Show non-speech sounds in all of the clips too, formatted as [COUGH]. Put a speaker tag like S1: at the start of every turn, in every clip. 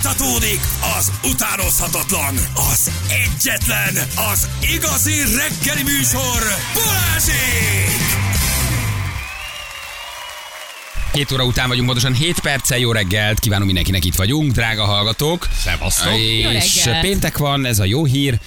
S1: Fújtatódik az utánozhatatlan, az egyetlen, az igazi reggeli műsor, Balázsék!
S2: 7 óra után vagyunk, pontosan 7 perccel jó reggelt, kívánom mindenkinek itt vagyunk, drága hallgatók.
S3: Szevasztok.
S2: Jó
S4: Jó
S2: És
S4: reggelt.
S2: péntek van, ez a jó hír.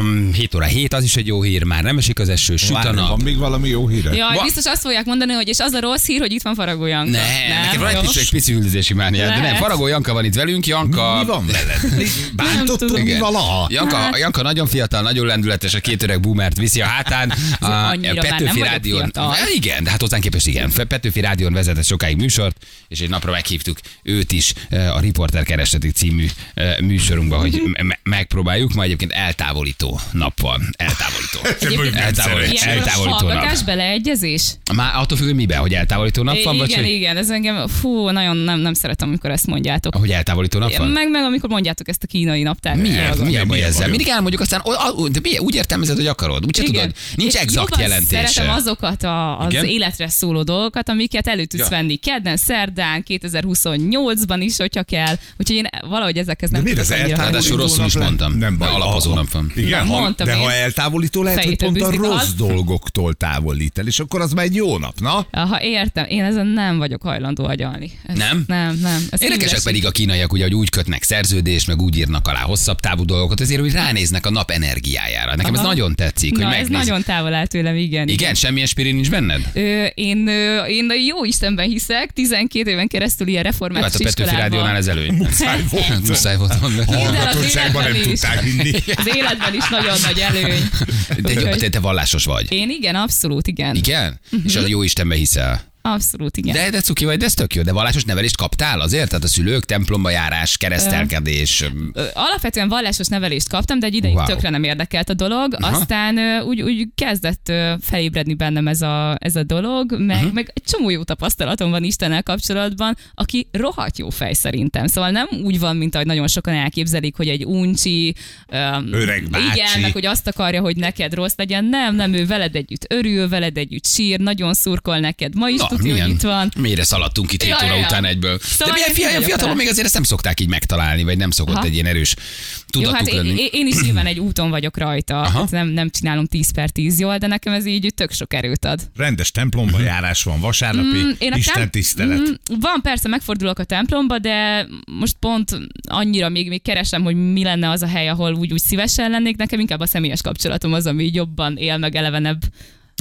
S2: Um, 7 óra 7, az is egy jó hír, már nem esik az eső, süt a
S3: Várj,
S2: nap.
S3: Van még valami jó híre?
S4: Jaj,
S2: Va-
S4: biztos azt fogják mondani, hogy és az a rossz hír, hogy itt van Faragó Janka.
S2: Ne, nekem van egy
S4: Jó?
S2: kis egy pici üldözési mániád, de nem,
S4: Lehet.
S2: Faragó Janka van itt velünk, Janka...
S3: Mi van veled? Bántottad
S4: tudom.
S3: mi valaha?
S2: Janka,
S4: Hát.
S2: Janka nagyon fiatal, nagyon lendületes, a két öreg boomert viszi a hátán. A
S4: annyira már nem vagyok
S2: Rádión.
S4: fiatal.
S2: Hát Igen, de hát hozzánk képest igen. Petőfi Rádión vezetett sokáig műsort, és egy napra meghívtuk őt is eh, a Riporter Kerestetik című eh, műsorunkba, hogy me- megpróbáljuk. Ma egyébként eltávolító nap van. Eltávolító.
S3: [LAUGHS]
S4: Egyébként
S2: eltávolító,
S4: Ilyenkor a
S2: eltávolító nap.
S4: hallgatás beleegyezés?
S2: Már attól függ, hogy miben, hogy eltávolító nap van, vagy
S4: igen,
S2: hogy,
S4: igen, ez engem, fú, nagyon nem, nem szeretem, amikor ezt mondjátok.
S2: hogy eltávolító nap van?
S4: Meg, meg amikor mondjátok ezt a kínai naptár.
S2: Miért? Mi a baj
S3: Miért
S2: ezzel?
S3: baj?
S2: Mindig elmondjuk, aztán o, a, de miért? úgy értelmezed, hogy akarod. Úgyse
S4: Igen.
S2: tudod. Nincs
S4: Én
S2: exakt
S4: jobban
S2: jelentése.
S4: Szeretem azokat a, az
S2: Igen?
S4: Igen? életre szóló dolgokat, amiket elő tudsz
S2: Ja.
S4: ja. venni kedden, szerdán, 2028-ban is, hogyha kell. Úgyhogy én valahogy ezekhez nem
S3: miért
S4: tudok
S3: az
S4: annyira
S3: eltávolító
S4: ragaszkodni.
S2: Ráadásul rosszul is
S3: nap le-
S2: mondtam.
S3: Nem baj.
S2: De alapozó nap van.
S3: Igen,
S4: Na,
S3: ha,
S4: mondtam
S3: de
S4: én.
S3: ha eltávolító lehet, hogy
S4: Fejétől
S3: pont a
S4: bűzlik a
S3: rossz
S4: hal.
S3: dolgoktól távolít el, és akkor az már egy jó nap, na?
S4: Aha, értem. Én ezen nem vagyok hajlandó agyalni. Ez,
S2: Nem?
S4: Nem, nem. Ez
S2: Érdekesek
S4: szívüles.
S2: pedig a kínaiak, ugye, hogy úgy kötnek szerződést, meg úgy írnak alá hosszabb távú dolgokat, ezért úgy ránéznek a nap energiájára. Nekem ez
S4: Aha.
S2: nagyon tetszik, hogy
S4: Na, ez
S2: megnéz.
S4: nagyon távol áll tőlem, igen.
S2: Igen, semmilyen spiri nincs benned?
S4: Ö, én, ö, én a jó Istenben hiszek, 12 éven keresztül ilyen
S2: Jó, hát
S4: református
S2: a Petőfi Rádiónál
S4: iskolában.
S2: ez előny. Muszáj volt. [LAUGHS] Muszáj volt. mondani.
S4: Hidd el, az
S3: Hallgatottságban nem
S4: életben is.
S3: tudták hinni.
S4: Az életben is nagyon nagy
S2: [LAUGHS]
S4: előny.
S2: De jó,
S4: Úgyhogy-
S2: te, te vallásos vagy.
S4: Én igen, abszolút igen.
S2: Igen?
S4: Mhm.
S2: És a jó Istenbe hiszel.
S4: Abszolút igen.
S2: De, de cuki vagy, de ez tök jó. De vallásos nevelést kaptál azért? Tehát a szülők, templomba járás, keresztelkedés.
S4: Ö, Alapvetően vallásos nevelést kaptam, de egy ideig
S2: Wow.
S4: wow. tökre nem érdekelt a dolog.
S2: Aha.
S4: Aha. Aztán ö, úgy, úgy kezdett ö, felébredni bennem ez a, ez a dolog, meg, uh-huh. meg egy csomó jó tapasztalatom van Istennel kapcsolatban, aki rohadt jó fej szerintem. Szóval nem úgy van, mint ahogy nagyon sokan elképzelik, hogy egy uncsi, öm,
S3: Öreg bácsi.
S4: igen, meg hogy azt akarja, hogy neked rossz legyen. Nem, nem, ő veled együtt örül, veled együtt sír, nagyon szurkol neked. Ma is
S2: Na,
S4: tudja,
S2: milyen?
S4: hogy itt van.
S2: Mélyre szaladtunk itt 7
S4: Ja,
S2: óra
S4: ja, ja.
S2: után egyből.
S4: Szóval
S2: De
S4: én
S2: milyen
S4: vagyok
S2: fiatalon
S4: vele.
S2: még azért ezt nem szokták így megtalálni, vagy nem szokott
S4: Aha.
S2: egy ilyen erős
S4: Jó, hát
S2: tudatuk
S4: én,
S2: lenni.
S4: én- én is nyilván egy úton vagyok rajta,
S2: Aha.
S4: hát nem, nem csinálom 10 per 10 jól, de nekem ez így tök sok erőt ad. Mm,
S3: Rendes templomba járás van, vasárnapi
S4: Mhm. én a
S3: Isten
S4: tem-
S3: tisztelet.
S4: Mm, Van persze, megfordulok a templomba, de most pont annyira még, még keresem, hogy mi lenne az a hely, ahol úgy, úgy szívesen lennék. Nekem inkább a személyes kapcsolatom az, ami így jobban él, meg elevenebb.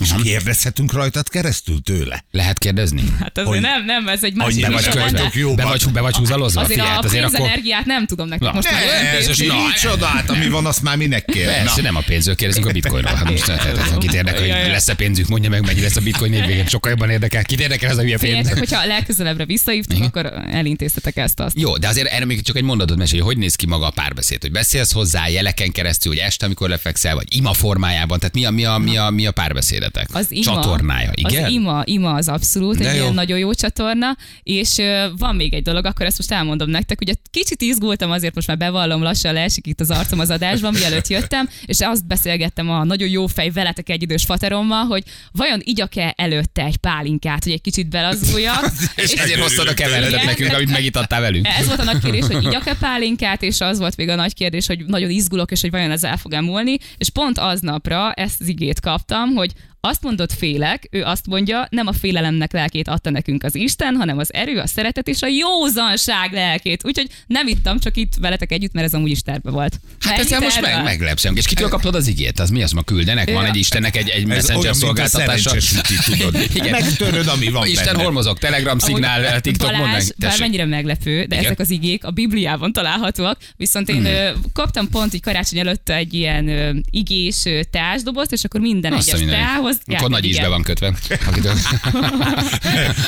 S3: És
S4: Mhm.
S3: kérdezhetünk rajtad keresztül tőle?
S2: Lehet kérdezni?
S4: Hát
S3: Hogy-
S4: azért nem, nem, ez egy
S3: Hogy
S4: másik
S3: te
S2: Be
S3: vagy
S2: vagy,
S4: műsor lenne.
S3: közben. vagytok
S2: kölybe,
S3: jóban.
S2: be vagy, be vagy húzalozva?
S4: Azért
S2: Figyelj,
S4: a er-
S2: hát azért akkor...
S4: pénzenergiát nem tudom nektek
S2: Na.
S4: most
S2: Ne,
S4: már
S2: ez is-
S4: öntézni.
S2: na,
S3: Csodát, hát, ami van, azt már minek kér?
S2: Persze, nem a pénzről kérdezünk, a bitcoinról. Hát most tehát,
S4: [LAUGHS]
S2: tehát, akit érdekel,
S4: Ja,
S2: hogy
S4: ja.
S2: lesz-e pénzük, mondja meg, mennyi lesz a bitcoin évvégén. Sokkal jobban érdekel. Kit érdekel az a hülye pénz?
S4: Figyeljetek, hogyha legközelebbre visszahívtok, akkor elintéztetek ezt azt.
S2: Jó, de azért erre még csak egy mondatot mesél, hogy hogy néz ki maga a párbeszéd, hogy beszélsz hozzá jeleken keresztül, hogy este, amikor lefekszel, vagy ima formájában, tehát mi a, mi a, mi a, mi a párbeszédetek?
S4: Az ima.
S2: Csatornája, igen?
S4: Az ima, ima az abszolút,
S2: De
S4: egy
S2: jó.
S4: ilyen nagyon jó csatorna, és ö, van még egy dolog, akkor ezt most elmondom nektek, ugye kicsit izgultam, azért most már bevallom, lassan leesik itt az arcom az adásban, mielőtt jöttem, és azt beszélgettem a nagyon jó fej veletek egy idős faterommal, hogy vajon igyak-e előtte egy pálinkát, hogy egy kicsit belazuljak.
S2: [LAUGHS] És ezért hoztad a keveredet
S4: Igen,
S2: nekünk, amit megitattál velünk.
S4: ez volt a nagy kérdés, hogy igyak-e pálinkát, és az volt még a nagy kérdés, hogy nagyon izgulok, és hogy vajon ez el fog múlni. És pont aznapra ezt az igét kaptam, hogy azt mondott félek, ő azt mondja, nem a félelemnek lelkét adta nekünk az Isten, hanem az erő, a szeretet és a józanság lelkét. Úgyhogy nem ittam, csak itt veletek együtt, mert ez amúgy is terve volt.
S2: Hát ezzel most meg, meglepszünk. És kitől kapod az igét? Az mi az ma küldenek? Van egy Istennek egy, egy
S3: Ez olyan,
S2: messenger
S3: mint a
S2: szolgáltatása.
S3: szerencsés üti, tudod.
S2: [LAUGHS] Igen.
S3: Megtöröd, ami van
S2: Isten
S3: benne.
S2: holmozok, Telegram, Szignál, eh, TikTok, mondd meg.
S4: Balázs,
S2: Tessék.
S4: bármennyire meglepő, de
S2: Igen. Hmm.
S4: Igen. ezek az igék a Bibliában találhatóak, viszont én ö, kaptam pont így karácsony előtt egy ilyen ö, igés ö, teásdobozt, és akkor minden
S2: Azt a
S4: egyes
S2: mindenit.
S4: teához járt
S2: Akkor
S4: egy
S2: nagy
S4: ige.
S2: ízbe van kötve. Akitől...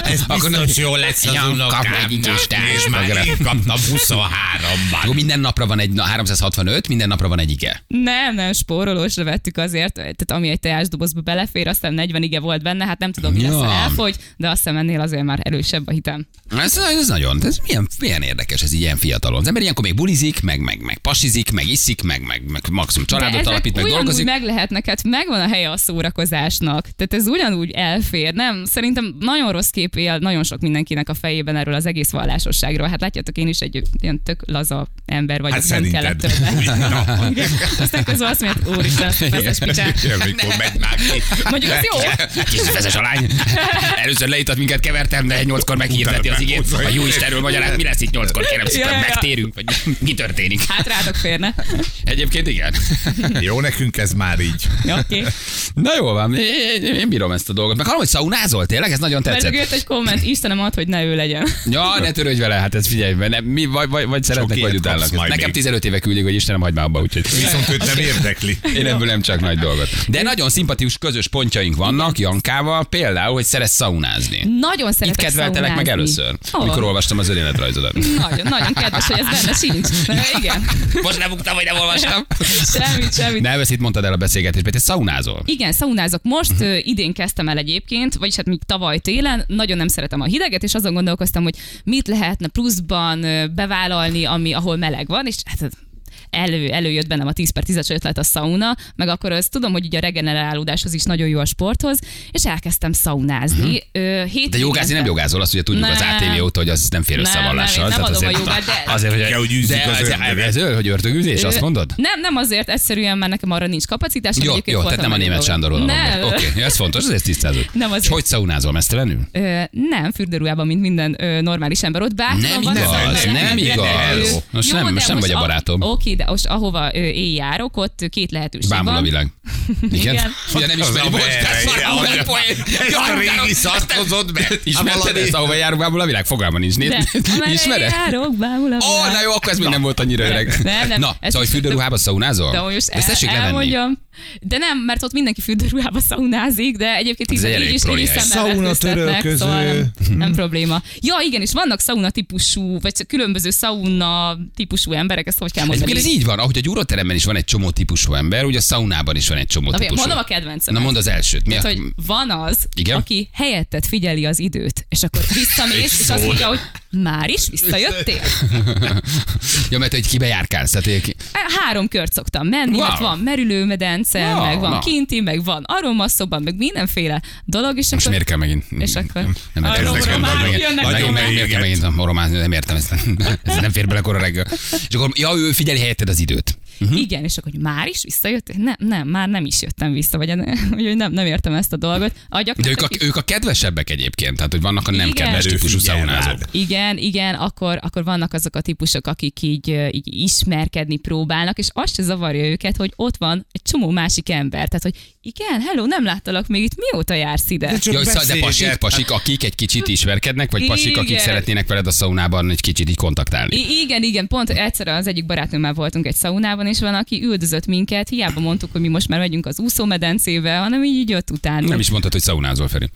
S3: Ez biztos jó lesz az
S2: Ja, kap
S3: unokám.
S2: egy igés
S3: És
S2: tászt,
S3: már
S2: magra.
S3: én kaptam 23-ban.
S2: Akkor minden napra van egy, na, 365, minden napra van egy ige.
S4: Nem, nem, spórolósra vettük azért, tehát ami egy teásdobozba belefér, aztán 40 ige volt benne, hát nem tudom, mi lesz,
S2: Ja.
S4: ha elfogy, de azt hiszem ennél azért már erősebb a hitem.
S2: Ez, ez nagyon, ez milyen, milyen érdekes ez így ilyen fiatalon. Az ember ilyenkor még bulizik, meg, meg, meg pasizik, meg iszik, meg, meg, meg maximum
S4: De
S2: családot
S4: ezek
S2: alapít, meg
S4: ugyanúgy
S2: dolgozik.
S4: meg lehetnek, hát megvan a helye a szórakozásnak. kihívásnak. Tehát ez ugyanúgy elfér, nem? Szerintem nagyon rossz kép él nagyon sok mindenkinek a fejében erről az egész vallásosságról. Hát látjátok, én is egy ilyen tök laza ember vagyok,
S3: Hát
S4: nem
S3: szerinted.
S4: kellett
S2: [LAUGHS]
S4: többet.
S3: Na,
S4: Igen. Aztán közben azt mondja, úristen, azt a feszes picsát.
S3: amikor megmágni.
S4: Mondjuk az jó.
S2: Készfezes a lány. [LAUGHS] Először leított minket kevertem, de nyolckor meghirdeti az igét. A jó Istenről magyaráz, mi lesz itt nyolckor, kérem
S4: Ja,
S2: szépen,
S4: ja, ja.
S2: megtérünk, vagy [LAUGHS] mi történik.
S4: Hát rátok férne.
S2: Egyébként igen. [LAUGHS]
S3: Jó, nekünk ez már így.
S4: Jó, Oké.
S2: Na jó van, én, én, én bírom ezt a dolgot. Meg hallom, hogy szaunázol, tényleg? Ez nagyon
S4: Mert
S2: tetszett.
S4: jött egy komment, Istenem ad, hogy ne ő legyen.
S2: Ja, ne törődj vele, hát ez figyelj, mert nem, mi vagy, vagy, vagy szeretnek,
S3: ilyet
S2: vagy
S3: kapsz
S2: utálnak.
S3: majd
S2: Nekem
S3: még.
S2: 15 éve küldik, hogy Istenem, hagyd már abba, úgyhogy...
S3: Viszont őt nem érdekli.
S2: Én ebből nem csak nagy dolgot. De nagyon szimpatikus közös pontjaink vannak Jankával, például, hogy szeretsz szaunázni.
S4: Nagyon
S2: Itt
S4: szeretek
S2: kedveltelek meg
S4: szaunázni.
S2: először,
S4: Ó,
S2: amikor olvastam az
S4: [LAUGHS]
S2: önéletrajzodat.
S4: Nagyon, nagyon kedves, hogy ez benne
S2: [LAUGHS]
S4: sincs. Na, igen.
S2: Most nem buktam, vagy nem olvastam.
S4: Semmit, semmit.
S2: Ne ezt itt mondtad el a beszélgetésben, te szaunázol.
S4: Igen, szaunázok. Most uh idén kezdtem el egyébként, vagyis hát még tavaly télen, nagyon nem szeretem a hideget, és azon gondolkoztam, hogy mit lehetne pluszban ö, bevállalni, ami ahol meleg van, és hát elő, előjött bennem a 10 per 10-es ötlet a szauna, meg akkor azt tudom, hogy ugye a regenerálódáshoz is nagyon jó a sporthoz, és elkezdtem szaunázni. Uh-huh.
S2: Mhm. De jogázni nem jogázol, azt ugye tudjuk az
S4: Nem.
S2: ATV óta, hogy az nem fér össze a
S4: Nem, nem,
S2: vallással.
S4: én nem
S2: Tehát
S4: adom a
S2: azért-
S4: jogát, de-
S2: Azért, hogy,
S3: Kell, hogy űzzük
S2: de
S3: az
S2: az,
S3: ördögöt.
S2: ez ő, hogy ördögüzés, azt mondod?
S4: Nem, nem azért, egyszerűen, mert nekem arra nincs kapacitásom.
S2: Jó,
S4: egyébként
S2: jó, tehát
S4: voltam
S2: nem a
S4: elég
S2: német
S4: dolgok.
S2: Sándorról
S4: Nem.
S2: Oké, okay, ez fontos, ezért tisztázod.
S4: Nem azért.
S2: És hogy szaunázol mesztelenül?
S4: Ö, nem, fürdőruhában, mint minden ö, normális ember ott bár.
S2: Nem igaz,
S3: nem
S2: nem
S3: igaz.
S2: igaz. Most nem, most nem vagy a barátom.
S4: Oké, de most ahova ö, én járok, ott ö, két lehetőség
S2: Bámul
S4: van.
S2: a
S4: [LAUGHS]
S2: világ. Igen?
S4: Igen.
S2: Ugye nem
S3: Az
S2: ismeri,
S3: a
S2: bocs,
S3: merre,
S2: de ez már
S3: igen,
S2: olyan
S3: az-
S2: poén.
S3: ez a
S2: Jaj,
S3: régi
S2: utána-
S3: szart hozod
S2: [LAUGHS]
S3: be.
S2: Ismerted
S3: Valami-
S2: ezt, ahova járunk bámul a világ? Fogalma nincs. né? [LAUGHS]
S4: De, amerre
S2: Ismered?
S4: járok, bámul a
S2: Ó,
S4: világ.
S2: na jó, akkor ez még nem volt annyira öreg.
S4: Nem, nem,
S2: Na,
S4: ezt
S2: szóval, hogy
S4: is-
S2: fürdőruhába szaunázol?
S4: De most
S2: Ezt tessék
S4: el,
S2: levenni.
S4: elmondjam. De nem, mert ott mindenki fürdőruhába szaunázik, de egyébként
S2: Ez
S4: így,
S2: egy elég
S4: így is, így
S2: proli
S4: is
S2: hely. Mhm.
S4: szemmel
S3: Szauna
S4: vetköztetnek,
S3: törölköző.
S4: szóval nem, nem, probléma. Ja, igen, és vannak szauna típusú, vagy különböző szauna típusú emberek, ezt hogy kell
S2: Ez,
S4: mondani?
S2: ez így van, ahogy a gyúroteremben is van egy csomó típusú ember, ugye a szaunában is van egy csomó
S4: Na,
S2: típusú.
S4: mondom a kedvencem.
S2: Na mondd az elsőt. Mi a...
S4: Tehát, hogy van az,
S2: Igen?
S4: Igen? aki helyetted figyeli az időt, és akkor visszamész, és azt mondja, hogy már is visszajöttél?
S2: Ja, mert hogy kibe járkálsz. Tehát, hogy-
S4: E, Három kört szoktam menni,
S2: Wow.
S4: wow. mert van merülőmedence,
S2: Wow,
S4: meg van
S2: na.
S4: kinti, meg van aromasszobban, meg mindenféle dolog, és
S2: Most
S4: akkor...
S2: miért kell megint?
S4: És akkor?
S2: Nem
S4: Arról
S2: értem,
S4: román
S2: megint,
S4: jönnek
S2: megint,
S4: román.
S2: megint, miért kell megint oromázni, nem értem ezt. [LAUGHS] Ez nem fér bele kora reggel. És akkor, ja, ő figyeli helyetted az időt.
S4: Uh-huh. Igen, és akkor hogy már is visszajöttél? Nem, nem, már nem is jöttem vissza, vagy úgyhogy nem, nem értem ezt a dolgot. A
S2: De ők a, ők a kedvesebbek egyébként, tehát hogy vannak a nem
S4: Hát, Igen.
S2: kedves típusú
S3: Figyel
S2: szaunázók.
S3: rád.
S4: Igen, igen, akkor, akkor vannak azok a típusok, akik így, ö, így ismerkedni próbálnak, és azt se zavarja őket, hogy ott van egy csomó másik ember. Tehát, hogy igen, hello, nem láttalak még itt, mióta jársz
S3: [LAUGHS]
S4: ide?
S3: csak
S2: Ja, szá- de pasik,
S3: beszélget.
S2: pasik, akik egy kicsit ismerkednek, vagy pasik, akik
S4: Igen.
S2: szeretnének veled a szaunában egy kicsit így kontaktálni.
S4: I- igen, igen, pont egyszer az egyik barátnőmmel voltunk egy szaunában, és van, aki üldözött minket, hiába mondtuk, hogy mi most már megyünk az úszómedencébe, hanem így, így jött utána.
S2: Nem is mondtad, hogy szaunázol,
S4: [LAUGHS]
S2: Feri.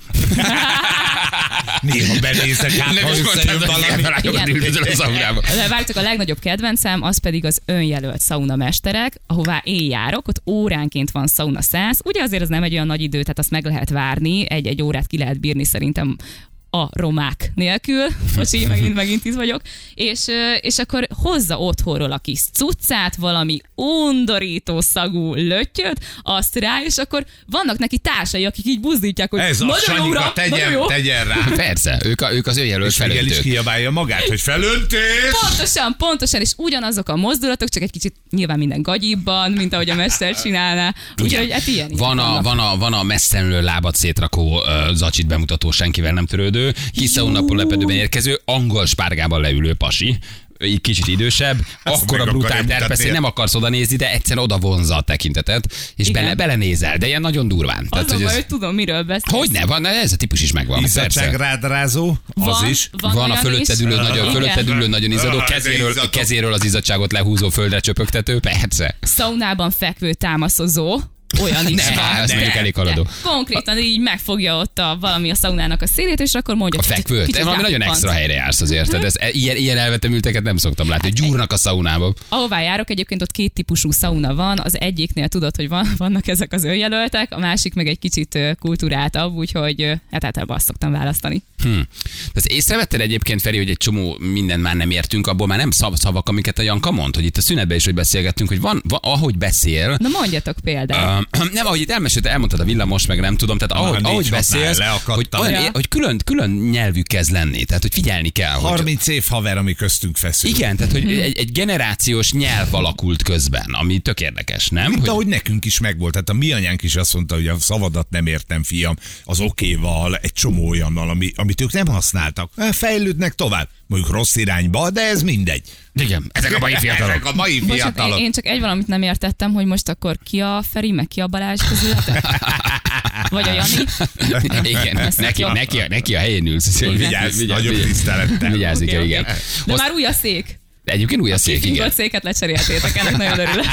S3: Néha benézek, hát ha összejön valami.
S2: hogy
S4: Igen.
S2: üldözöl a szaunába.
S4: De Várjátok, a legnagyobb kedvencem, az pedig az önjelölt szaunamesterek, ahová én járok, ott óránként van szauna 100. Ugye azért ez nem egy olyan nagy idő, tehát azt meg lehet várni, egy-egy órát ki lehet bírni szerintem a romák nélkül, [LAUGHS] most így megint, megint itt vagyok, és, ö, és akkor hozza otthonról a kis cuccát, valami undorító szagú löttyöt, azt rá, és akkor vannak neki társai, akik így buzdítják, hogy
S3: Ez a
S4: nagyon jó,
S3: Sanyika,
S4: uram, nagyon
S3: tegyen,
S4: jó.
S3: tegyen rá.
S2: Persze, ők, a, ők az önjelölt
S3: És Miguel is
S2: felöltők.
S3: kiabálja magát, hogy felöntés!
S4: Pontosan, pontosan, és ugyanazok a mozdulatok, csak egy kicsit nyilván minden gagyibban, mint ahogy a mester csinálná. Úgyhogy hát ilyen. is
S2: Van a,
S4: vannak.
S2: van a, van a messzenről lábat szétrakó uh, zacsit bemutató, senkivel nem törődő, kiszaunapon lepedőben érkező, angol spárgában leülő pasi, így kicsit idősebb,
S3: Azt
S2: akkor a
S3: meg
S2: brutál
S3: akarja
S2: terpesz,
S3: mutatni.
S2: hogy nem akarsz oda nézni, de egyszer oda vonza a tekintetet, és
S4: Igen.
S2: bele, belenézel, de ilyen nagyon durván.
S4: Az a
S2: hogy
S4: baj,
S2: ez,
S4: hogy tudom, miről beszélsz.
S2: hogy ne, van, ez a típus is megvan, persze.
S3: Izzadságrádrázó, az
S4: Van,
S3: is.
S4: van,
S2: Van, van a
S4: olyan
S2: fölötted
S4: is.
S2: ülő, nagyon,
S4: Igen.
S2: fölötted ülő, nagyon izzadó,
S3: Ah, de
S2: kezéről,
S3: izzadó.
S2: kezéről az izzadságot lehúzó, földre csöpögtető, persze.
S4: Szaunában fekvő támaszozó. Olyan is
S2: [LAUGHS] Ne,
S4: van.
S2: az
S4: De,
S2: mondjuk elég
S4: de.
S2: haladó.
S4: Konkrétan így megfogja ott a, valami a szaunának a szélét, és akkor mondja.
S2: A fekvő, te valami nagyon
S4: rápappant.
S2: extra helyre jársz azért. Tehát ez, ilyen, ilyen elvetemülteket nem szoktam látni. Gyúrnak a szaunába.
S4: Ahová járok, egyébként ott két típusú szauna van, az egyiknél tudod, hogy van, vannak ezek az önjelöltek, a másik meg egy kicsit ö, kultúráltabb, úgyhogy ö, hát általában azt szoktam választani.
S2: Tehát észrevetted egyébként, Feri, hogy egy csomó mindent már nem értünk, abból már nem szav, szavak, amiket a Janka mond, hogy itt a szünetben is, hogy beszélgettünk, hogy van, va, ahogy beszél,
S4: Na mondjatok példát.
S2: Ö, [CLEARS THROAT] nem, ahogy itt elmesélte, elmondtad a villamos, meg nem tudom, tehát ahogy,
S3: négy
S2: ahogy
S3: csapnál
S2: beszélsz,
S3: leakadtam.
S2: hogy, olyan,
S4: Ja.
S2: hogy külön, külön nyelvű kezd lenni, tehát hogy figyelni kell. Hogy,
S3: 30 év haver, ami köztünk feszül.
S2: igen, tehát hogy egy, egy generációs nyelv alakult közben, ami tök érdekes, nem?
S3: Mint
S2: Hogy,
S3: ahogy nekünk is megvolt, tehát a mi anyánk is azt mondta, hogy a szavadat nem értem, fiam, az okéval, egy csomó olyannal, ami, amit ők nem használtak. Fejlődnek tovább, mondjuk rossz irányba, de ez mindegy.
S2: igen, ezek a mai fiatalok.
S3: Ezek a mai
S4: Bocsánat, én,
S3: fiatalok.
S4: én csak egy valamit nem értettem, hogy most akkor ki a Feri, meg ki a Balázs
S2: [LAUGHS]
S4: közületek? Vagy a Jani?
S2: Igen,
S4: Ezt
S2: neki,
S4: jó.
S2: neki, a- neki a helyén ülsz. szóval
S3: Vigyázz, nagyobb tisztelettel.
S2: Vigyázz, igen,
S4: Oké,
S2: igen.
S4: oké. De
S2: Azt-
S4: már új a szék.
S2: Egyébként új a szék, igen.
S4: Fingolt széket lecseréltétek, ennek nagyon
S2: [LAUGHS]
S4: örülök.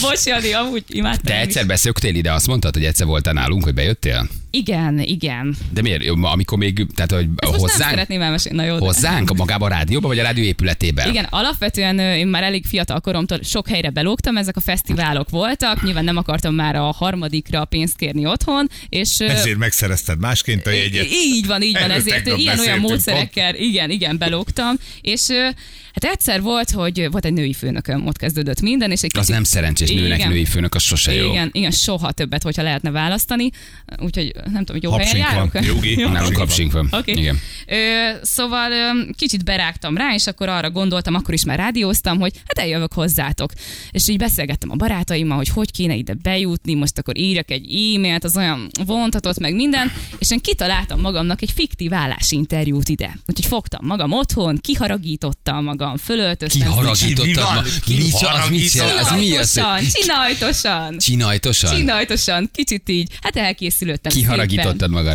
S4: Bocs, Jani, amúgy imádtam.
S2: Te
S4: én is.
S2: egyszer beszéltél ide, azt mondtad, hogy egyszer voltál nálunk, hogy bejöttél?
S4: Igen, igen.
S2: De miért? Jó, ma, Amikor még, tehát hogy
S4: Ezt most nem
S2: hozzánk,
S4: szeretném elmesélni. Na jó, de-
S2: hozzánk magába a rádióba, vagy a rádió épületében?
S4: Igen, alapvetően ö, én már elég fiatal koromtól sok helyre belógtam, ezek a fesztiválok voltak, nyilván nem akartam már a harmadikra pénzt kérni otthon, és... ö,
S3: Ezért megszerezted másként a
S4: í-
S3: jegyet.
S4: Így van, így van,
S3: Erről
S4: ezért
S3: tegnap
S4: ilyen-olyan
S3: beszéltünk,
S4: módszerekkel, igen, igen, belógtam, és ö, hát egyszer volt, hogy volt egy női főnököm, ott kezdődött minden, és egy
S2: Az
S4: kicsit-
S2: nem szerencsés nőnek,
S4: Igen.
S2: női főnök, az sose jó.
S4: igen, igen, soha többet, hogyha lehetne választani, úgyhogy nem tudom, hogy jó helyen
S3: Hapsink
S4: járok.
S3: van. Jogi.
S4: Jó.
S2: Nálunk kapsink van.
S4: Oké.
S2: Igen.
S4: Ö, szóval ö, kicsit berágtam rá, és akkor arra gondoltam, akkor is már rádióztam, hogy hát eljövök hozzátok. És így beszélgettem a barátaimmal, hogy hogy kéne ide bejutni, most akkor írjak egy e-mailt, az olyan vontatott meg minden, és én kitaláltam magamnak egy fiktív állásinterjút ide. Úgyhogy fogtam magam otthon, kiharagítottam magam, fölöltöztem.
S3: Mi
S2: Kiharagítottad
S3: van?
S2: ma. Mi az, mit jelent? Az mi az?
S4: Csinajtosan, csinajtosan.
S2: Csinajtosan?
S4: Csinajtosan, kicsit így. Hát elkészülöttem. szépen.
S2: Kiharagítottad magad.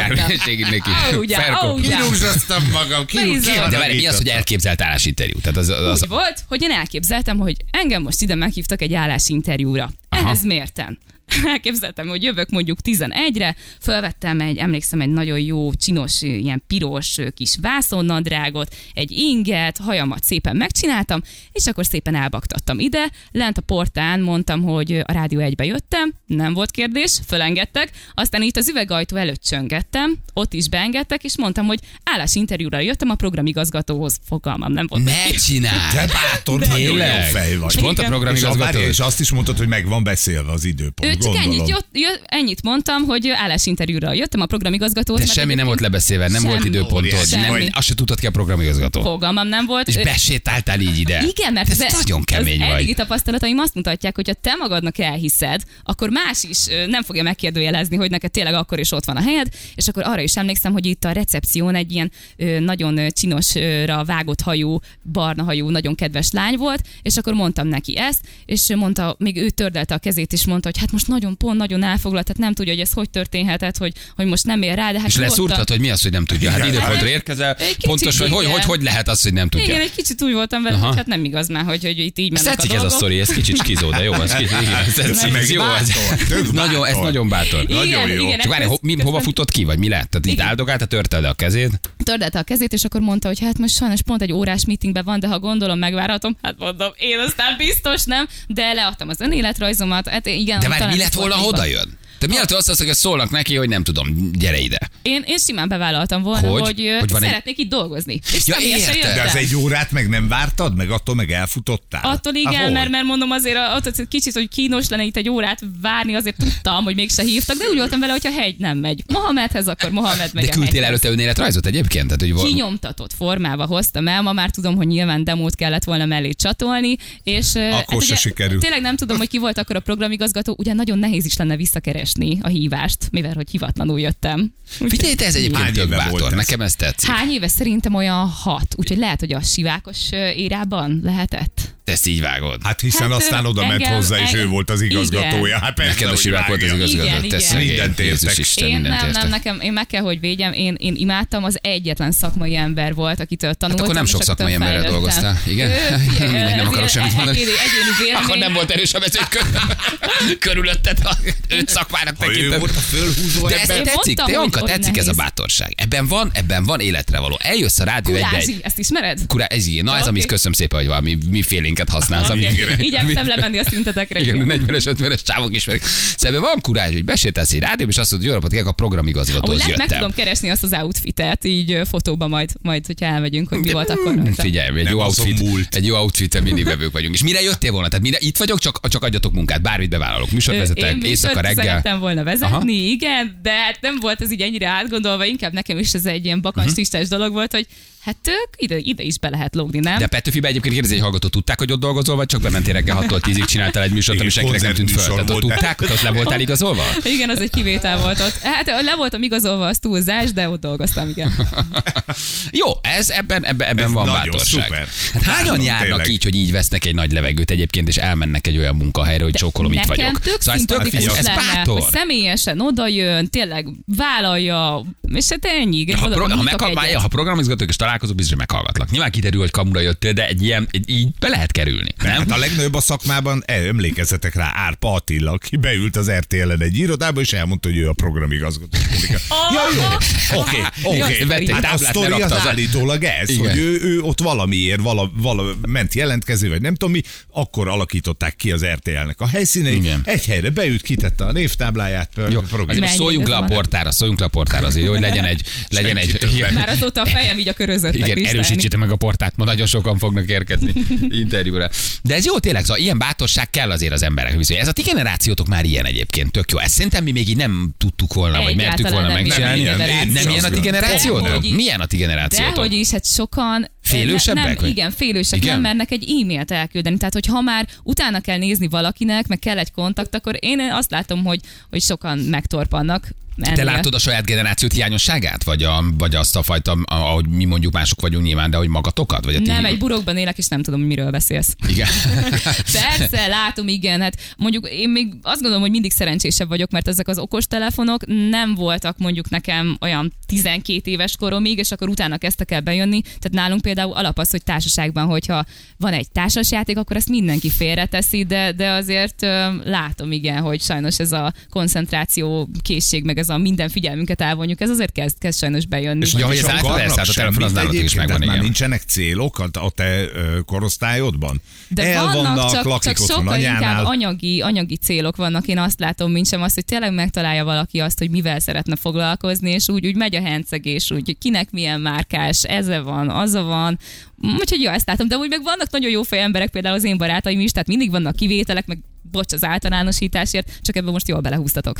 S2: [LAUGHS] Á, vagy jár, segít neki.
S4: Á, ugye,
S2: Felkop.
S4: á, ugye.
S3: Kirúzsasztam magam, ki,
S4: Beizzadt.
S3: ki
S2: De várj, mi az, hogy elképzelt állásinterjú? Tehát az, az,
S4: Az volt, hogy én elképzeltem, hogy engem most ide meghívtak egy állásinterjúra.
S2: Aha.
S4: Ehhez mértem. [LAUGHS] Elképzeltem, hogy jövök mondjuk 11-re, fölvettem egy, emlékszem, egy nagyon jó, csinos, ilyen piros kis vászonnadrágot, egy inget, hajamat szépen megcsináltam, és akkor szépen elbaktattam ide. Lent a portán mondtam, hogy a rádió egybe jöttem, nem volt kérdés, fölengedtek, aztán itt az üvegajtó előtt csöngettem, ott is beengedtek, és mondtam, hogy állásinterjúra jöttem a programigazgatóhoz, fogalmam nem volt.
S2: ne
S3: Te
S2: csinál!
S3: bátor vagy, jó
S2: Tényleg?
S3: fej vagy.
S2: És mondta a
S4: Igen.
S3: És, a,
S2: programigazgató,
S3: várj, és
S2: hogy
S3: azt is mondtad, hogy meg van beszélve az időpont,
S4: Ő csak
S3: gondolom.
S4: ennyit, jött, jött, ennyit mondtam, hogy állásinterjúra jöttem a programigazgatóhoz.
S2: te
S4: mert
S2: semmi nem volt
S4: egyébként
S2: lebeszélve, nem volt
S4: Semmi.
S2: időpontod,
S4: Semmi.
S2: nem, azt se tudtad ki a programigazgató.
S4: Fogalmam nem volt.
S2: És
S4: Ő-
S2: besétáltál így ide.
S4: igen, mert
S2: ez
S4: az-
S2: nagyon kemény
S4: az
S2: vagy.
S4: eddigi tapasztalataim azt mutatják, hogy ha te magadnak elhiszed, akkor más is ö, nem fogja megkérdőjelezni, hogy neked tényleg akkor is ott van a helyed, és akkor arra is emlékszem, hogy itt a recepción egy ilyen ö, nagyon ö, csinosra vágott hajú, barna hajú, nagyon kedves lány volt, és akkor mondtam neki ezt, és ő mondta, még ő tördelte a kezét, és mondta, hogy hát most nagyon pont, nagyon elfoglalt, tehát nem tudja, hogy ez hogy történhetett, hogy, hogy most nem ér rá, de hát
S2: És
S4: nyugodtan-
S2: leszúrtad, hogy mi az, hogy nem tudja. Hát időpontra érkezel,
S4: Egy kicsit
S2: pontos, hogy hogy,
S4: igen.
S2: hogy, hogy lehet az, hogy nem tudja.
S4: Igen, egy kicsit úgy voltam vele,
S2: Aha.
S4: hogy hát nem igaz már, hogy, hogy itt így
S2: Ezt
S4: mennek
S2: tetszik
S4: a
S2: ez a
S4: dolgok.
S2: sztori, ez kicsit skizó, de jó, ez kicsit, igen, ez tetszik,
S3: meg
S2: ez jó, ez,
S3: bátor, tök
S2: nagyon, ez
S3: bátor.
S2: nagyon bátor.
S4: Igen,
S3: Nagyon jó.
S4: igen,
S2: Csak várj, ho, mi, hova futott ki, vagy mi lett? Tehát itt
S4: Igen.
S2: áldogálta, törte le a kezét.
S4: Tördelte a kezét, és akkor mondta, hogy hát most sajnos pont egy órás meetingben van, de ha gondolom, megvárhatom. Hát mondom, én aztán biztos nem, de leadtam az önéletrajzomat. Hát igen,
S2: De várj,
S4: talán
S2: mi
S4: ez
S2: lett
S4: volt
S2: volna, ha
S4: így
S2: oda
S4: van.
S2: jön? Te mi lett azt mondod, hogy szólnak neki, hogy nem tudom, gyere ide.
S4: Én, én simán bevállaltam volna,
S2: Hogy?
S4: hogy, hogy, ö,
S2: Hogy van egy-
S4: szeretnék itt dolgozni. És
S2: Ja,
S4: ja, értem,
S2: értem.
S4: jöttem.
S3: De az egy órát meg nem vártad, meg attól meg elfutottál.
S4: Attól
S3: Há, hol?
S4: igen, mert, mert mondom azért, a- ott egy kicsit, hogy kínos lenne itt egy órát várni, azért tudtam, hogy mégse hívtak, de úgy voltam vele, hogy a hegy nem megy. Mohamedhez, akkor Mohamed megy
S2: De
S4: a
S2: küldtél
S4: hegyhez.
S2: előtte önéletrajzot egyébként? Tehát, hogy val-
S4: kinyomtatott formába hoztam el, ma már tudom, hogy nyilván demót kellett volna mellé csatolni, és eh,
S3: Akkor se
S4: ugye
S3: sikerült.
S4: Tényleg nem tudom, hogy ki volt akkor a programigazgató, ugye nagyon nehéz is lenne visszakeresni a hívást, mivel hogy hivatlanul jöttem. Úgyhogy-
S2: Figyelj, te ez egyébként
S3: Hány
S2: tök
S3: éve volt
S2: bátor,
S3: ez?
S2: nekem ez tetszik.
S4: Hány éve szerintem olyan hat, úgyhogy lehet, hogy a sivákos eh, érában lehetett.
S2: Te ezt így vágod.
S3: Hát hiszen
S4: Hát,
S3: aztán oda ment
S4: engem-
S3: hozzá, és ő
S4: engem-
S3: volt az igazgatója.
S4: Igen.
S3: Hát persze,
S2: Neked a
S3: hogy
S2: sivák volt az
S3: vágja.
S2: igazgató,
S4: Igen,
S2: te
S4: igen.
S2: szegény.
S3: Mindent értek.
S2: Jézus Isten,
S4: én
S2: mindent
S4: nem, nem,
S2: értek.
S4: nekem, én meg kell, hogy védjem, én, én imádtam, az egyetlen szakmai ember volt, akitől tanultam.
S2: Hát akkor nem
S4: és
S2: sok
S4: akitől
S2: szakmai emberrel
S4: fejlődtem.
S2: dolgoztál, [LAUGHS] igen?
S4: Ö,
S2: Mindegy, nem
S4: ez
S2: akarok
S4: ilyen
S2: semmit mondani.
S4: [LAUGHS] egyéni- Egyéni
S2: Akkor nem
S4: vélemény.
S2: volt erős a mezőny körül- [LAUGHS] körülötted, ha őt szakmának
S3: Ha ő
S2: tekintem.
S3: volt a fölhúzó
S2: De ez
S4: Én
S2: tetszik,
S4: mondtam,
S2: te
S4: hogy-
S2: Janka,
S4: hogy
S2: tetszik ez
S4: nehéz.
S2: a bátorság. Ebben van, ebben van életre való. Eljössz a rádió egybe.
S4: Kulázi, ezt ismered?
S2: Kurá, ez ilyen. Na ez,
S4: Oké.
S2: amit köszönöm szépen, hogy van, mi, mi félénk szünteteket használsz. Ami,
S4: Igyekszem lemenni a szüntetekre.
S2: igen, a 40-es, 50-es csávok ismerik. Szerintem van kurázs, hogy besétálsz egy rádióba, és azt mondod, hogy jó napot kérek, a
S4: Amúgy
S2: programigazgatóhoz
S4: lehet, meg
S2: jöttem.
S4: tudom keresni azt az outfitet, így ö, fotóba majd, majd hogyha elmegyünk, hogy mi volt akkor.
S2: Mm, [LAUGHS]
S4: rajta.
S2: Figyelj, egy
S3: Nem
S2: jó,
S3: azon
S2: outfit,
S3: múlt.
S2: egy jó outfit mindig vevők vagyunk. És mire jöttél volna? Tehát mire, itt vagyok, csak, csak adjatok munkát, bármit bevállalok.
S4: Én
S2: Műsorvezetek,
S4: műsort
S2: éjszaka, reggel.
S4: szerettem volna vezetni, Aha. igen, de hát nem volt ez így ennyire átgondolva, inkább nekem is ez egy ilyen
S2: Mhm.
S4: bakancs tisztás dolog volt, hogy hát ők ide, ide is be lehet logni, nem?
S2: De Petőfibe egyébként kérdezi egy hallgató, tudták, hogy ott dolgozol, vagy csak bementél reggel 6-tól 10-ig csináltál egy
S3: Igen,
S2: műsort, ami senkinek nem tűnt föl. Tehát
S3: koncertműsor
S2: ott
S3: volt.
S2: tudták, hogy ott le
S3: [LAUGHS]
S2: voltál igazolva?
S4: Igen, az egy kivétel volt ott. Hát le voltam igazolva, az túlzás, de ott dolgoztam, igen.
S2: Jó, ez ebben, ebben, ebben
S3: Ez
S2: van
S3: nagyon
S2: bátorság.
S3: szuper.
S2: Hát hányan
S3: Nagyon,
S2: járnak
S3: tényleg.
S2: így, hogy így vesznek egy nagy levegőt egyébként, és elmennek egy olyan munkahelyre, hogy [LAUGHS] csókolom, itt
S4: Nekem
S2: vagyok. Szóval
S4: tök
S2: ez,
S4: szimpatikus
S2: tök, ez, ez
S4: lenne, hogy
S2: bátor.
S4: személyesen odajön, tényleg vállalja, és hát ennyi. igen,
S2: Ha,
S4: oda-
S2: pro, ha,
S4: nyitok
S2: megkap,
S4: egyet.
S2: várjál, ha programizgatok és találkozok, biztos, hogy meghallgatlak. Nyilván kiderül, hogy kamura jöttél, de egy ilyen, egy, így be lehet kerülni. Nem?
S3: Hát a legnagyobb a szakmában, e, emlékezzetek rá, Árpa Attila, aki beült az RTL-en egy irodába, és elmondta, hogy ő a programigazgató. ja, jó. Oké,
S2: Igen, vett egy
S3: oké. Hát a
S2: táblát,
S3: sztori az
S2: lerakta az-
S3: állítólag ez,
S2: Igen.
S3: hogy ő, ő ott valamiért vala, vala, ment jelentkező, vagy nem tudom mi, akkor alakították ki az RTL-nek a helyszíneit.
S2: Igen.
S3: Egy helyre beült, kitette a névtábláját.
S2: Jó,
S3: program.
S2: azért most
S4: Mennyi
S2: szóljunk le
S4: igaza
S2: a
S4: van?
S2: portára, szóljunk le a portára azért, jó, hogy legyen egy, legyen
S3: Senki
S2: egy,
S3: többet.
S2: igen,
S4: Már azóta a fejem így a körözött.
S2: igen erősítsétek meg a portát, ma nagyon sokan fognak
S4: [LAUGHS]
S2: érkezni interjúra. De ez jó tényleg, szóval ilyen bátorság kell azért az emberek. Ez a ti generációtok már ilyen egyébként, tök jó. Ezt szerintem mi még így nem tudtuk volna, vagy mertük
S4: Egyáltalán
S2: volna
S4: nem
S2: megcsinálni.
S4: ilyen.
S2: Nem,
S4: Nem ilyen.
S2: nem ilyen a ti
S3: Dehogy
S2: generációtok?
S4: is.
S2: Milyen a ti
S4: De
S2: generációtok?
S4: hogy is, hát sokan
S2: Félősebbek,
S4: nem,
S2: vagy?
S4: igen, félősek
S2: Igen?
S4: igen? nem mernek egy e-mailt elküldeni. Tehát, hogy ha már utána kell nézni valakinek, meg kell egy kontakt, akkor én azt látom, hogy, hogy sokan megtorpannak.
S2: Te
S4: ennél.
S2: látod a saját generációt hiányosságát? Vagy, a, vagy azt a fajta, a- ahogy mi mondjuk mások vagyunk nyilván, de hogy magatokat? Vagy a ti-
S4: Nem, egy burokban élek, és nem tudom, hogy miről beszélsz. [LAUGHS]
S2: Igen.
S4: Persze, látom, igen. Hát mondjuk én még azt gondolom, hogy mindig szerencsésebb vagyok, mert ezek az okostelefonok nem voltak mondjuk nekem olyan 12 éves koromig, és akkor utána kezdtek el bejönni. Tehát nálunk például alap az, hogy társaságban, hogyha van egy társasjáték, akkor ezt mindenki félreteszi, de, de azért ö, látom, igen, hogy sajnos ez a koncentráció készség, meg ez a minden figyelmünket elvonjuk, ez azért kezd, kezd sajnos bejönni.
S2: És ugye, ahogy
S3: És
S2: ez
S3: akarnak
S2: általában elszállt a telefon, az
S3: semmit
S2: nálatok is
S3: egyébként,
S2: megvan,
S3: tehát már
S2: igen.
S3: nincsenek célok a, a te ö, korosztályodban?
S4: De
S3: El
S4: vannak,
S3: vannak,
S4: csak,
S3: lakik
S4: csak
S3: otthon
S4: sokkal inkább
S3: anyánál.
S4: anyagi, anyagi célok vannak, én azt látom, mint sem azt, hogy tényleg megtalálja valaki azt, hogy mivel szeretne foglalkozni, és úgy, úgy megy a hencegés, úgy, hogy kinek milyen márkás, eze van, aza van. Mm, Úgyhogy jó, ezt látom, de úgy meg vannak nagyon jó fej emberek, például az én barátaim is, tehát mindig vannak kivételek, meg bocs az általánosításért, csak ebben most jól belehúztatok.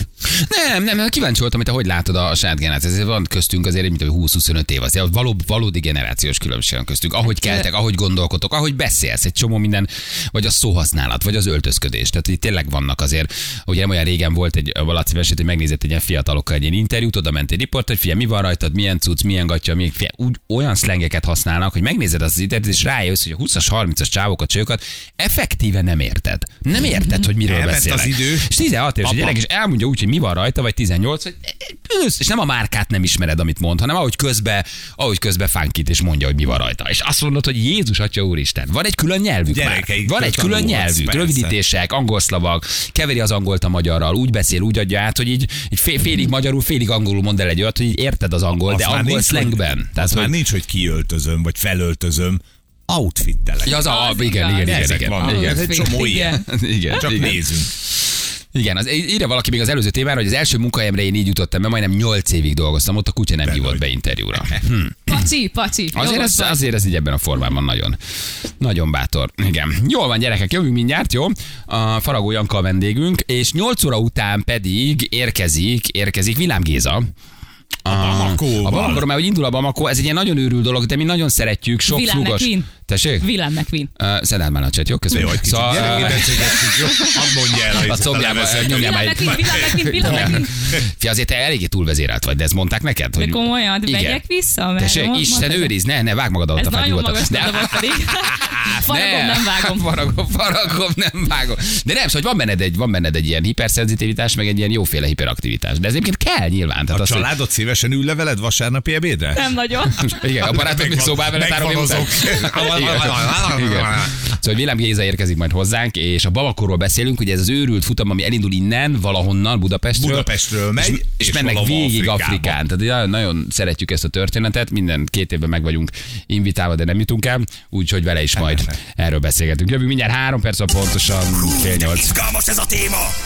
S2: Nem, nem, nem, kíváncsi voltam, hogy te hogy látod a saját generációt. Ezért van köztünk azért egy, mint hogy 20-25 év, azért való, valódi generációs különbség van köztünk. Ahogy
S3: Hát,
S2: keltek, ahogy gondolkodtok, ahogy beszélsz, egy csomó minden, vagy a szóhasználat, vagy az öltözködés. Tehát itt tényleg vannak azért, ugye nem olyan régen volt egy valaci mesét, hogy megnézett egy ilyen fiatalokkal egy ilyen interjút, oda ment egy riport, hogy figyelj, mi van rajtad, milyen cucc, milyen gatya, milyen figyelj, úgy, olyan szlengeket használnak, hogy megnézed az interjút, és rájössz, hogy a 20-as, 30-as csávokat, csajokat effektíve nem érted. Nem érted, hogy miről
S3: Mhm. Elment az
S2: beszélnek.
S3: idő.
S2: És 16 éves a
S3: Apa.
S2: gyerek, és elmondja úgy, hogy mi van rajta, vagy 18, hogy eh, ősz, és nem a márkát nem ismered, amit mond, hanem ahogy közbe, ahogy közbe fánkít, és mondja, hogy mi van rajta. És azt mondod, hogy Jézus Atya Úristen, van egy külön nyelvük már.
S3: Gyerekeik
S2: Van egy külön
S3: tanulhatsz,
S2: nyelvük,
S3: persze.
S2: rövidítések, angol szlavak, keveri az angolt a magyarral, úgy beszél, úgy adja át, hogy így, így fé- félig magyarul, félig angolul mond el egy olyat, hogy így érted az angol,
S3: Az
S2: de
S3: már
S2: angol
S3: nincs, hogy-
S2: slangben. Tehát,
S3: Az már
S2: hogy,
S3: nincs, hogy kiöltözöm, vagy felöltözöm, outfittelek.
S2: ja, az a,
S4: Az
S2: igen,
S4: igaz.
S2: igen, igen,
S3: Ezek
S2: igen,
S3: vannak.
S2: igen.
S3: Ez egy csomó ilyen.
S2: Igen,
S3: Csak
S2: igen.
S3: nézzünk.
S2: Igen, az, írja valaki még az előző témára, hogy az első munkahelyemre én így jutottam, mert majdnem 8 évig dolgoztam, ott a kutya nem hívott
S3: vagy.
S2: be
S3: [LAUGHS]
S2: interjúra. Hm.
S4: Pacsi, pacsi.
S2: Azért,
S4: jogos
S2: ez,
S4: vagy.
S2: azért ez így ebben a formában nagyon, nagyon bátor. Igen. Jól van, gyerekek, jövünk mindjárt, jó? A Faragó Janka a vendégünk, és 8 óra után pedig érkezik, érkezik Vilám Géza. A,
S3: Bamakóval.
S2: a Bamakóról, mert hogy indul a Bamakó, ez egy ilyen nagyon őrült dolog, de mi nagyon szeretjük, sok
S4: Vilám
S2: flugos.
S4: McQueen.
S2: Tessék?
S4: Willem McQueen.
S2: Uh, Szedd már a cset, jó?
S3: Jó,
S2: Köszönöm.
S3: hogy kicsit
S2: Szóval,
S3: gyerekei
S2: ö,
S3: beszélgetünk, jó? Hadd mondja el, hogy
S2: a
S3: ezt
S2: szobjába
S3: levezetjük.
S2: nyomja
S4: Willem
S2: már egy-
S4: McQueen, Willem McQueen, Willem McQueen.
S2: Fia, azért te eléggé túlvezérelt vagy, de ezt mondták neked? Hogy...
S4: De komolyan, de
S2: Igen.
S4: megyek vissza? Mert
S2: Tessék,
S4: mo-
S2: Isten
S4: mondtad-
S2: őriz, ne, ne, vág magad alatt
S4: Ez
S2: a fát
S4: nagyon
S2: nyugodtan.
S4: magas
S2: De-
S4: de... volt
S2: [LAUGHS]
S4: pedig. Faragom, nem vágom.
S2: Faragom, faragom, nem vágom. De nem, szóval hogy van benned egy, van benned egy ilyen hiperszenzitivitás, meg egy ilyen jóféle hiperaktivitás. De ez egyébként kell nyilván. Tehát
S3: A
S2: az, hogy-
S3: családot szívesen ül le veled vasárnapi ebédre?
S4: Nem nagyon.
S2: [LAUGHS] Igen, a barátod még
S3: Megvan-
S2: szobában veled három év után.
S3: megfalazok.
S2: Igen. Szóval Vélem Géza érkezik majd hozzánk, és a babakorról beszélünk, ugye ez az őrült futam, ami elindul innen, valahonnan Budapestről.
S3: Budapestről megy,
S2: és, és,
S3: és
S2: mennek
S3: valahol
S2: végig
S3: Afrikába.
S2: Afrikán. Tehát nagyon, nagyon szeretjük ezt a történetet, minden két évben meg vagyunk invitálva, de nem jutunk el, úgyhogy vele is majd erről beszélgetünk. Jövő mindjárt három perc, a pontosan fél nyolc.
S1: Izgalmas ez a téma!